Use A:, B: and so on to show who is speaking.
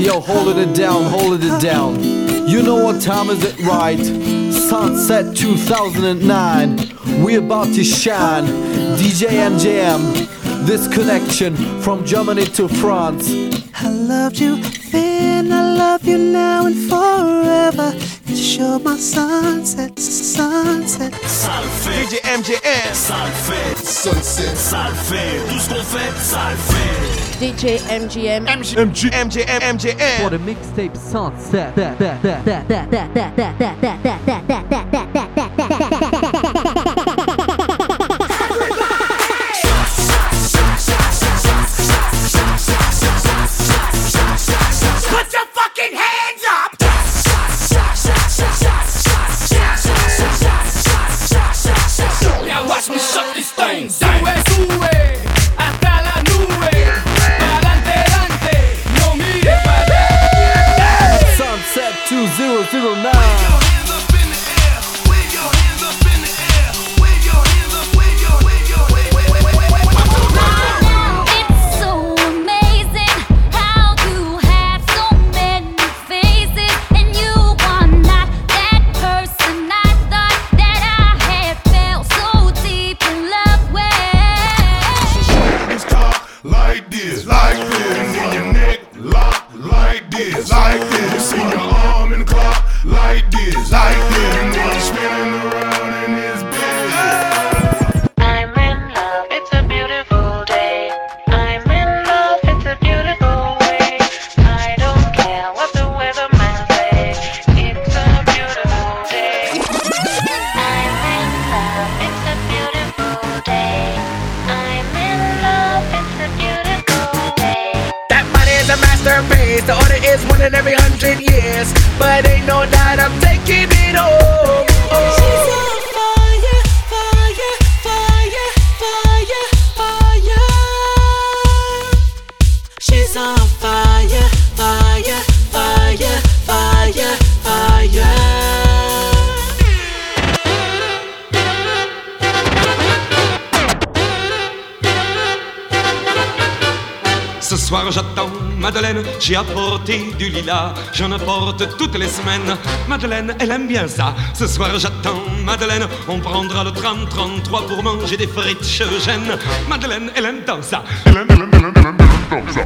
A: Yo, holding it down, holding it down. You know what time is it, right? Sunset 2009. We about to shine. DJ MJM. This connection from Germany to France.
B: I loved you then, I love you now and forever. Cause you're my sunset, sunset.
C: Salfait,
D: DJ MJM.
C: salfait,
D: Sunset.
C: salfait. Tout ce qu'on fait, salfait.
E: DJ MGM.
D: MG, MG, MJM. MJM.
A: For the mixtape Sunset.
C: Put your fucking hands up! Now watch me shut this thing down.
F: Sube, sube, hasta la nube. Pa'lante, adelante, no mires para
A: Sunset 2009.
G: It's so amazing how you have so many faces, and you are not that person I thought that I had felt so deep in love with.
H: It's cock like this, like this. In your neck, lock like this, like this. In your arm and clock like this, like this. And then you spinning around in this bitch.
I: I'm in love, it's a beautiful day. I'm in love, it's a beautiful way. I don't care what the weatherman says. It's a beautiful day. I'm in love, it's a beautiful day. I'm in love, it's a beautiful day.
D: That money is a masterpiece. The order is one in every hundred years. But ain't no doubt I'm taking it home.
B: She's
D: Oh.
B: on fire, fire, fire, fire, fire. She's on fire, fire, fire, fire, fire.
F: Ce soir j'attends Madeleine, j'ai apporté du lilas, j'en apporte toutes les semaines. Madeleine, elle aime bien ça. Ce soir j'attends Madeleine, on prendra le tram 33 pour manger des frites chevgènes. Madeleine, elle aime tant ça.
H: Dum, dum, dum, dum, dum, dum, dum, dum.